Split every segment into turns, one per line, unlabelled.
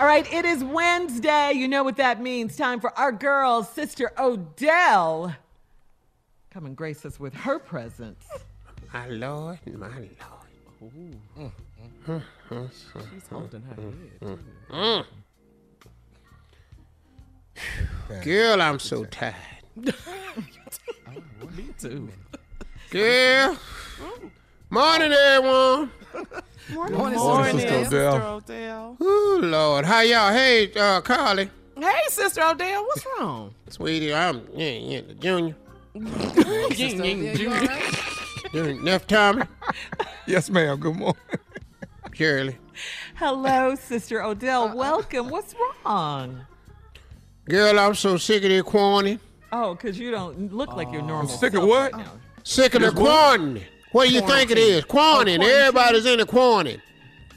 All right, it is Wednesday. You know what that means. Time for our girl, Sister Odell. Come and grace us with her presence.
My lord, my lord.
She's holding her head.
Mm. Girl, I'm so tired.
Oh, Me too.
Girl. Morning, everyone.
Morning,
Morning.
Sister Odell.
Ooh, Lord. How y'all? Hey, uh, Carly.
Hey, Sister Odell, what's wrong?
Sweetie, I'm yeah, yeah, the junior.
Sister Odell, you all right?
Junior Neff Tommy.
Yes, ma'am. Good morning.
Shirley.
Hello, Sister
Uh,
Odell. Welcome. What's wrong?
Girl, I'm so sick of the quarantine.
Oh, because you don't look like your normal.
Oh. Sick of
self
what?
right now.
Sick of the quarantine. What do you think it is? Quarantine. Everybody's in the quarantine.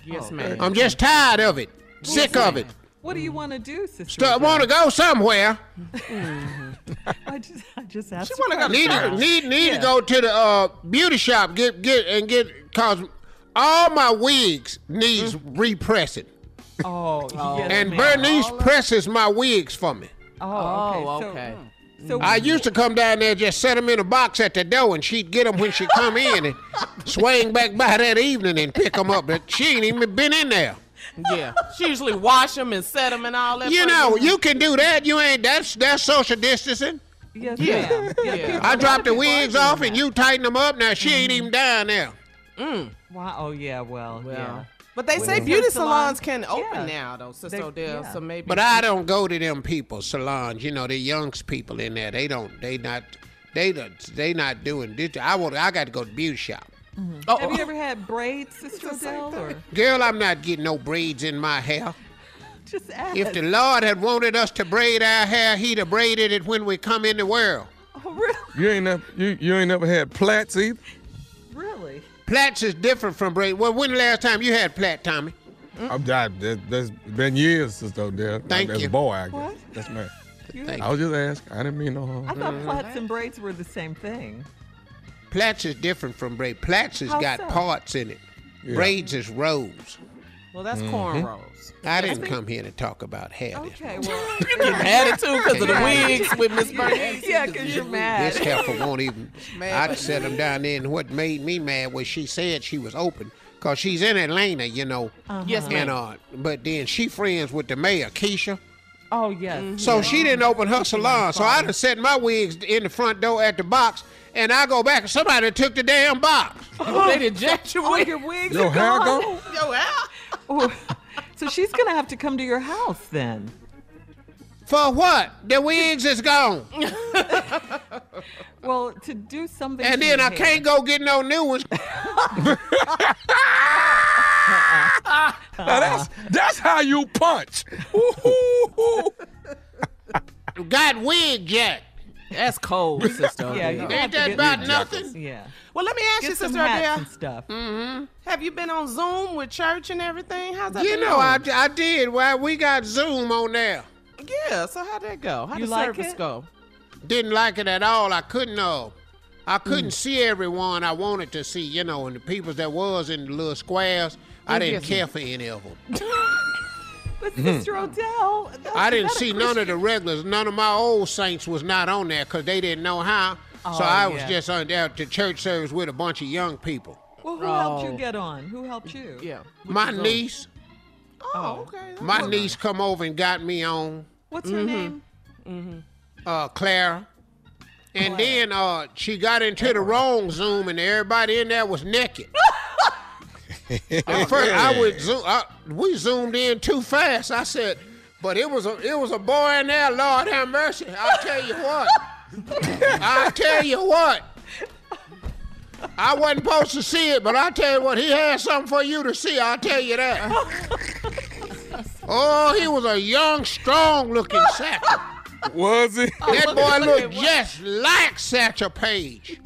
Yes, ma'am.
I'm just tired of it. Sick of it.
What do you want to do, Sister?
St-
Odell?
want to go somewhere.
I just, I just asked.
wanna
you.
go to
Need to,
Wow.
need, need to go to the uh, beauty shop. Get get and get cause all my wigs needs repressing,
Oh, yes,
and
ma'am.
Bernice presses my wigs for me.
Oh, okay. So,
Mm.
so
I used to come down there just set them in a box at the door, and she'd get them when she come in and swing back by that evening and pick them up. But she ain't even been in there.
Yeah, she usually wash them and set them and all that.
You
for
know, you can do that. You ain't that's that's social distancing.
yes,
Yeah,
ma'am.
yeah.
I dropped the wigs off, and you tighten them up. Now she ain't even down there.
Wow. Oh, yeah. Well,
Well,
yeah.
But they say beauty
salons-
salons can open
yeah.
now, though, Sister
They-
Odell.
yeah.
So maybe.
But I don't go to them people salons. You know, the youngs people in there. They don't. They not. They don't. They not doing this. I want. I got to go to beauty shop.
Oh,
Have you ever had braids, Sister Odell? Or
Girl, I'm not getting no braids in my hair.
just ask.
If the Lord had wanted us to braid our hair, He'd have braided it when we come in the world.
oh, really?
You ain't never, you, you ain't never had plats either.
Really?
Plats is different from braid. Well, when the last time you had plat, Tommy?
I'm died. That, that's been years, Sister Odell.
Thank
As
you.
a boy, I guess.
What?
That's man.
Thank
I was just asking. I didn't mean no harm.
I thought plaits and braids were the same thing.
Plats is different from braid. Plats has
How
got
so?
parts in it. Braids is rows.
Well, that's cornrows.
I didn't come here to talk about hair. This,
Okay, well,
You get mad at too because of the wigs with Miss Bernice.
yeah, because you're
this
mad.
heifer won't even. I set him down there, and what made me mad was she said she was open because she's in Atlanta, you know.
Yes, ma'am.
And uh, but then she friends with the mayor, Keisha.
Oh, yes.
So she didn't open her salon. So I done set my wigs in the front door at the box, and I go back, and somebody took the damn box.
they did jack your
All
wig.
your wigs
Your
are
hair
gone.
gone?
Yo, Al.
Ooh. So she's going to have to come to your house then.
For what? The wigs is gone.
Well, to do something.
And
to
then
your
I
hair.
can't go get no new ones.
Now that's that's how you punch. Woo-hoo-hoo.
Got wig jack.
That's cold, sister.
Yeah, you
Ain't
have to
that
get
about
new
nothing?
Yeah.
Well, let me ask you,
Get some
sister
hats and
Adele.
stuff.
Have you been on Zoom with church and everything? How's that?
You
been
know, I,
going?
I did. Well, we got Zoom on there.
yeah. So how'd that go? How
You
did
like
service
it?
go?
Didn't like it at all. I couldn't uh I couldn't see everyone I wanted to see, you know, and the people that was in the little squares, I didn't care for any of them.
But Sister Odell. that's
I didn't
not a
see none of the regulars. None of my old saints was not on there because they didn't know how. so I was
yeah.
just on there at the church service with a bunch of young people.
Well, who helped you
Oh.
get on? Who helped you?
Yeah.
My niece,
Oh, okay.
my niece come over and got me on.
What's
Mm-hmm.
her name?
uh, Clara. And then uh, she got into the wrong Zoom, and everybody in there was naked. At first, I would zoom. I, we zoomed in too fast. I said, "But it was a it was a boy in there. Lord have mercy! I'll tell you what. I'll tell you what. I wasn't supposed to see it, but I tell you what, he had something for you to see. I'll tell you that. oh, he was a young, strong-looking sacker.
Was it?
That boy looked just like Satchel Paige.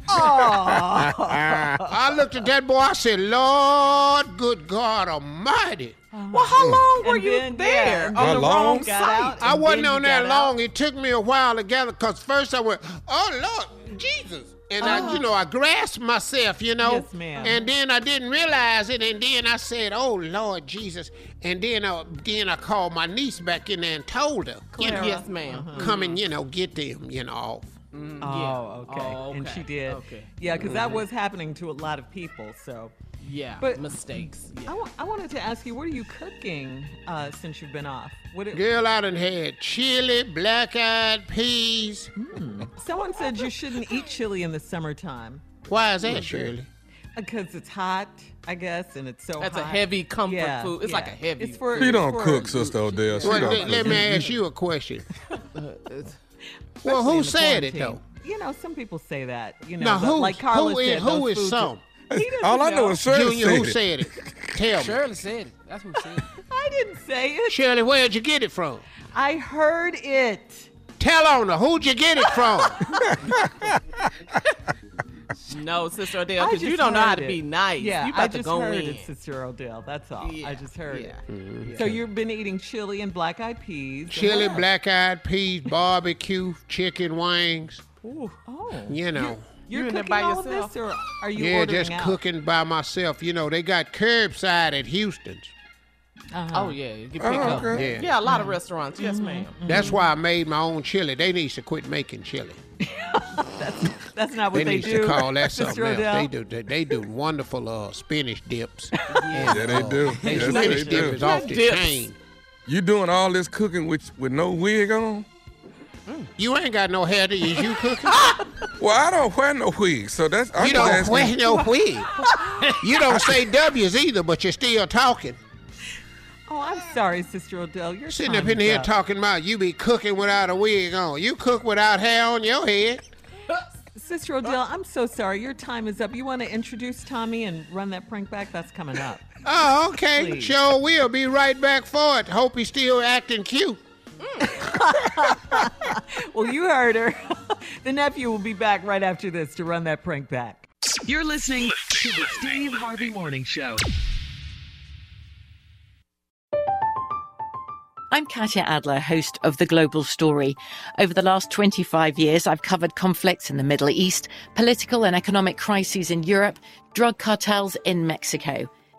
I looked at that boy. I said, "Lord, good God Almighty!"
Well, how long were
And
you
then, yeah,
there
and
on
then
the
you
wrong
got
site?
I wasn't
then you
on there
got out?
long. It took me a while to gather. Cause first I went, "Oh Lord, Jesus." And I, you know, I grasped myself, you know,
Oh. Yes, ma'am.
and then I didn't realize it, and then I said, "Oh Lord Jesus," and then, uh, then I called my niece back in there and told her, you know,
Yes, madam
Mm-hmm.
come and you know get them, you know, off.
Oh, okay.
Oh,
And she
okay.
did.
Okay.
Yeah, because
Mm-hmm.
that was happening to a lot of people. So
Yeah.
But-
mistakes.
I, wa- I wanted to ask you, what are you cooking uh, since you've been off? What it-
Girl, I done had chili, black-eyed peas.
someone said you shouldn't eat chili in the summertime
Why is that, Shirley?
because it's hot, I guess, and it's so
That's a
hot.
heavy comfort
Yeah,
food. It's like a
yeah.
heavy
It's for,
She
it's
don't
for-
cook, Sister Odell. She
Well,
don't
let,
cook.
let me ask you a question. well,
especially in
who
the
said it though?
quarantine. You know, some people say that. You know,
Now,
but
who,
like Carla
who is
said,
who
those
is
foods are-
some?
He doesn't
All I know is Shirley
Junior, who
said it.
said it? Tell me.
said it. That's who said it.
I didn't say it.
Shirley, where'd you get it from?
I heard it.
Tell on her. Who'd you get it from?
No, Sister Adele,
I
because you
just
don't know how
heard
to
it.
be nice.
Yeah,
you
I
about
just
to go
heard
in.
it, Sister Odell. That's all.
Yeah,
I just heard
yeah.
it. So you've been eating chili and black eyed peas.
Mm-hmm. chili, black-eyed peas, barbecue, chicken wings.
Oh,
You know.
you're
You in there
cooking
by
all of
yourself?
this, or are you
yeah,
ordering
just
out?
cooking by myself. You know, they got curbside at Houston's.
Oh, yeah. You can pick up.
okay.
Yeah.
Yeah, a lot of restaurants. Yes, madam
That's why I made my own chili. They needs to quit making chili.
That's not
They
what they,
needs
do.
to call that
Sister
something else.
Odell.
They do. They, they do wonderful uh, spinach dips. uh,
Yeah, they do.
They
Yes,
spinach
they
dip
do.
is off the
Dips.
chain.
You doing all this cooking with with no wig on?
You ain't got no hair. do you? Is you cooking?
Well, I don't wear no wig, so that's I'm
you
just
don't
asking-
wear no wig. You don't say W's either, but you're still talking.
Oh, I'm sorry, Sister Odell. You're
Sitting up in here talking about you be cooking without a wig on. You cook without hair on your head.
Sister Odell, I'm so sorry. Your time is up. You want to introduce Tommy and run that prank back? That's coming up.
Oh, okay.
Please.
Sure, we'll be right back for it. Hope he's still acting cute.
well, you heard her. the nephew will be back right after this to run that prank back.
You're listening to the Steve Harvey Morning Show.
I'm Katya Adler, host of The Global Story. Over the last 25 years, I've covered conflicts in the Middle East, political and economic crises in Europe, drug cartels in Mexico.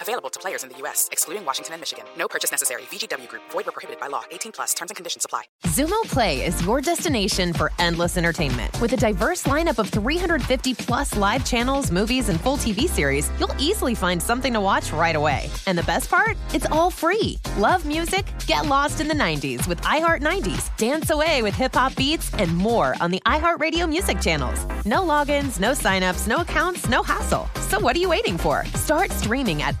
Available to players in the U.S., excluding Washington and Michigan. No purchase necessary. VGW Group, void were prohibited by law. 18 plus terms and conditions apply.
Zumo Play is your destination for endless entertainment. With a diverse lineup of 350 plus live channels, movies, and full TV series, you'll easily find something to watch right away. And the best part? It's all free. Love music? Get lost in the 90s with iHeart 90s, dance away with hip hop beats, and more on the iHeartRadio music channels. No logins, no signups, no accounts, no hassle. So what are you waiting for? Start streaming at